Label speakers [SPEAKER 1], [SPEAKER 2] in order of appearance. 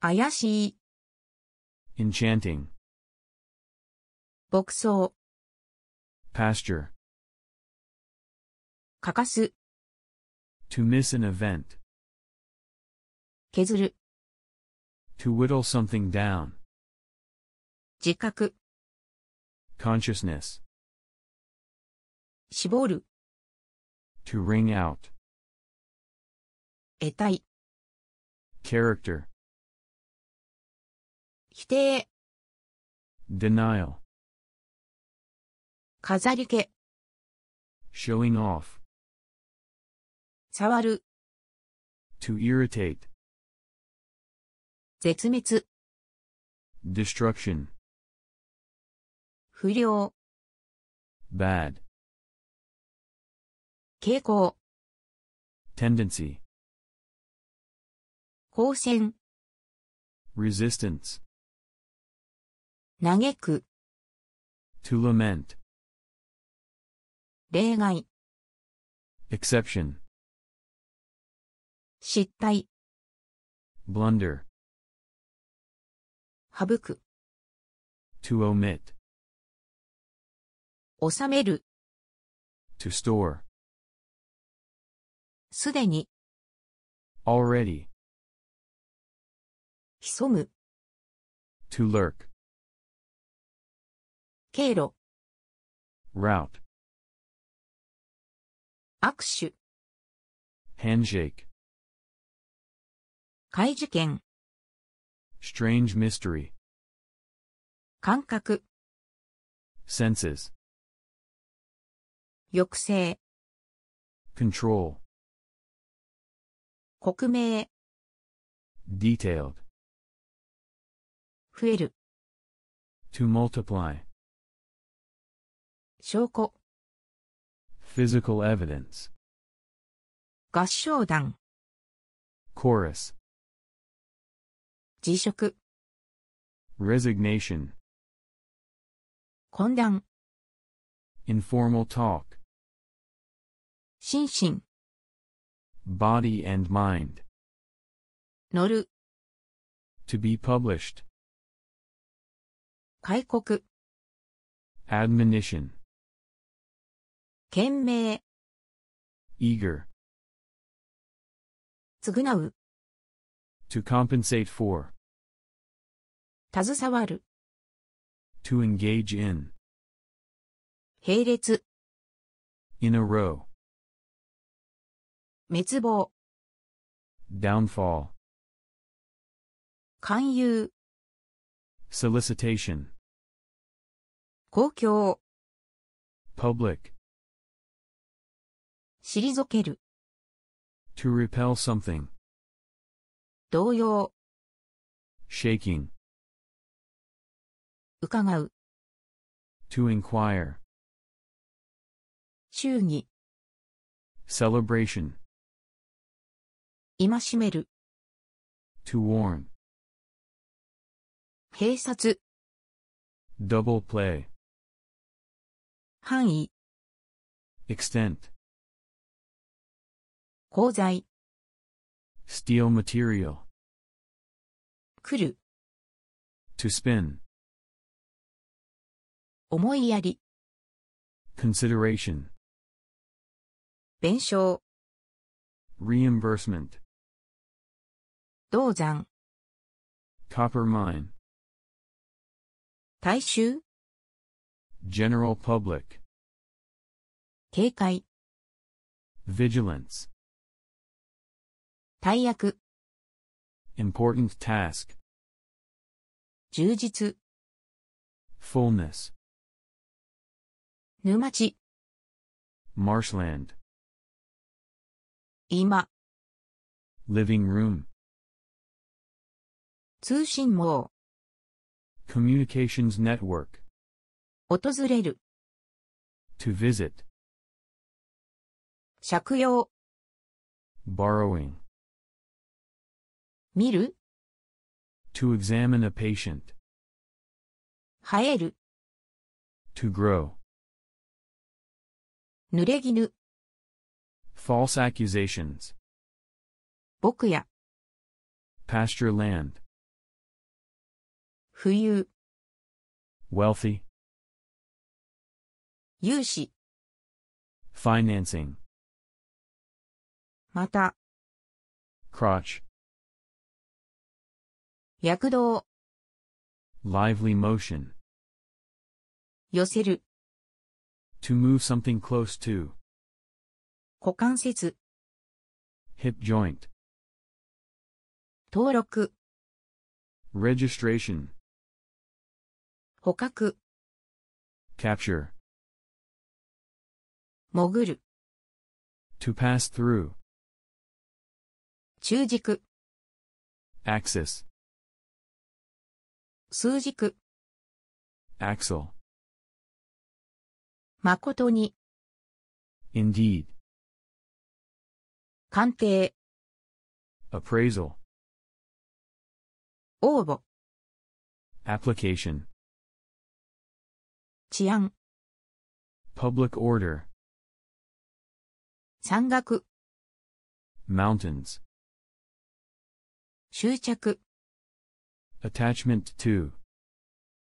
[SPEAKER 1] 怪しい、
[SPEAKER 2] enchanting,
[SPEAKER 1] 牧草、
[SPEAKER 2] pasture,
[SPEAKER 1] 欠かす、
[SPEAKER 2] to miss an event,
[SPEAKER 1] 削る、
[SPEAKER 2] to whittle something down,
[SPEAKER 1] 自覚、
[SPEAKER 2] consciousness,
[SPEAKER 1] 絞る、
[SPEAKER 2] to ring out,
[SPEAKER 1] 得体、
[SPEAKER 2] character,
[SPEAKER 1] 否定、
[SPEAKER 2] denial,
[SPEAKER 1] 飾り気、
[SPEAKER 2] showing off,
[SPEAKER 1] 触る、
[SPEAKER 2] to irritate,
[SPEAKER 1] 絶滅、
[SPEAKER 2] destruction,
[SPEAKER 1] 不良、
[SPEAKER 2] bad,
[SPEAKER 1] 傾向、
[SPEAKER 2] tendency,
[SPEAKER 1] 光線、
[SPEAKER 2] resistance,
[SPEAKER 1] 嘆く、
[SPEAKER 2] to lament,
[SPEAKER 1] 例外、
[SPEAKER 2] exception,
[SPEAKER 1] 失態、
[SPEAKER 2] blunder,
[SPEAKER 1] 省く、
[SPEAKER 2] to omit,
[SPEAKER 1] 収める、
[SPEAKER 2] to store,
[SPEAKER 1] すでに、
[SPEAKER 2] already,
[SPEAKER 1] 潜む、
[SPEAKER 2] to lurk,
[SPEAKER 1] 経路、
[SPEAKER 2] route,
[SPEAKER 1] 握手、
[SPEAKER 2] handshake,
[SPEAKER 1] 怪事件、
[SPEAKER 2] strange mystery,
[SPEAKER 1] 感覚、
[SPEAKER 2] senses,
[SPEAKER 1] 抑制、
[SPEAKER 2] control,
[SPEAKER 1] 国名、
[SPEAKER 2] detailed,
[SPEAKER 1] 増える、
[SPEAKER 2] to multiply,
[SPEAKER 1] 証拠、
[SPEAKER 2] physical evidence,
[SPEAKER 1] 合唱団、
[SPEAKER 2] chorus,
[SPEAKER 1] 辞職、
[SPEAKER 2] resignation,
[SPEAKER 1] 混乱、
[SPEAKER 2] informal talk,
[SPEAKER 1] 心身、
[SPEAKER 2] body and mind,
[SPEAKER 1] 乗る、
[SPEAKER 2] to be published,
[SPEAKER 1] 開国、
[SPEAKER 2] admonition,
[SPEAKER 1] 懸命、
[SPEAKER 2] eager,
[SPEAKER 1] 償う、
[SPEAKER 2] to compensate for,
[SPEAKER 1] 携わる、
[SPEAKER 2] to engage in,
[SPEAKER 1] 並列、
[SPEAKER 2] in a row,
[SPEAKER 1] 滅亡、
[SPEAKER 2] downfall,
[SPEAKER 1] 勧誘、
[SPEAKER 2] solicitation,
[SPEAKER 1] 公共、
[SPEAKER 2] public,
[SPEAKER 1] 退ける、
[SPEAKER 2] to repel something,
[SPEAKER 1] 動揺、
[SPEAKER 2] shaking,
[SPEAKER 1] 伺う、
[SPEAKER 2] to inquire,
[SPEAKER 1] 祝儀、
[SPEAKER 2] celebration,
[SPEAKER 1] 戒める、
[SPEAKER 2] to warn,
[SPEAKER 1] 警察、
[SPEAKER 2] double play,
[SPEAKER 1] 範囲、
[SPEAKER 2] extent,
[SPEAKER 1] 功罪、
[SPEAKER 2] steel material,
[SPEAKER 1] 来る、
[SPEAKER 2] to spin,
[SPEAKER 1] 思いやり、
[SPEAKER 2] consideration,
[SPEAKER 1] 弁償、
[SPEAKER 2] reimbursement,
[SPEAKER 1] 銅山、
[SPEAKER 2] copper mine,
[SPEAKER 1] 大衆、
[SPEAKER 2] general public,
[SPEAKER 1] 警戒、
[SPEAKER 2] vigilance,
[SPEAKER 1] 大役、
[SPEAKER 2] important task,
[SPEAKER 1] 充実、
[SPEAKER 2] fullness,
[SPEAKER 1] 沼地、
[SPEAKER 2] marshland,
[SPEAKER 1] 今、
[SPEAKER 2] living room,
[SPEAKER 1] 通信網、
[SPEAKER 2] communications network,
[SPEAKER 1] 訪れる、
[SPEAKER 2] to visit,
[SPEAKER 1] 借用、
[SPEAKER 2] borrowing,
[SPEAKER 1] 見る、
[SPEAKER 2] to examine a patient,
[SPEAKER 1] 生える、
[SPEAKER 2] to grow,
[SPEAKER 1] 濡れ衣、
[SPEAKER 2] false accusations,
[SPEAKER 1] 僕や、
[SPEAKER 2] pasture land,
[SPEAKER 1] 富裕、
[SPEAKER 2] wealthy,
[SPEAKER 1] 融資、
[SPEAKER 2] financing,
[SPEAKER 1] また、
[SPEAKER 2] crotch,
[SPEAKER 1] 躍動、
[SPEAKER 2] lively motion,
[SPEAKER 1] 寄せる、
[SPEAKER 2] to move something close to,
[SPEAKER 1] 股関節、
[SPEAKER 2] hip joint,
[SPEAKER 1] 登録、
[SPEAKER 2] registration,
[SPEAKER 1] 捕獲、
[SPEAKER 2] capture,
[SPEAKER 1] 潜る、
[SPEAKER 2] to pass through,
[SPEAKER 1] 中軸、
[SPEAKER 2] axis,
[SPEAKER 1] 数軸、
[SPEAKER 2] axle,
[SPEAKER 1] 誠に、
[SPEAKER 2] indeed,
[SPEAKER 1] 鑑定、
[SPEAKER 2] appraisal,
[SPEAKER 1] 応募、
[SPEAKER 2] application,
[SPEAKER 1] 治安、
[SPEAKER 2] public order,
[SPEAKER 1] 山岳、
[SPEAKER 2] mountains,
[SPEAKER 1] 執着。
[SPEAKER 2] attachment to.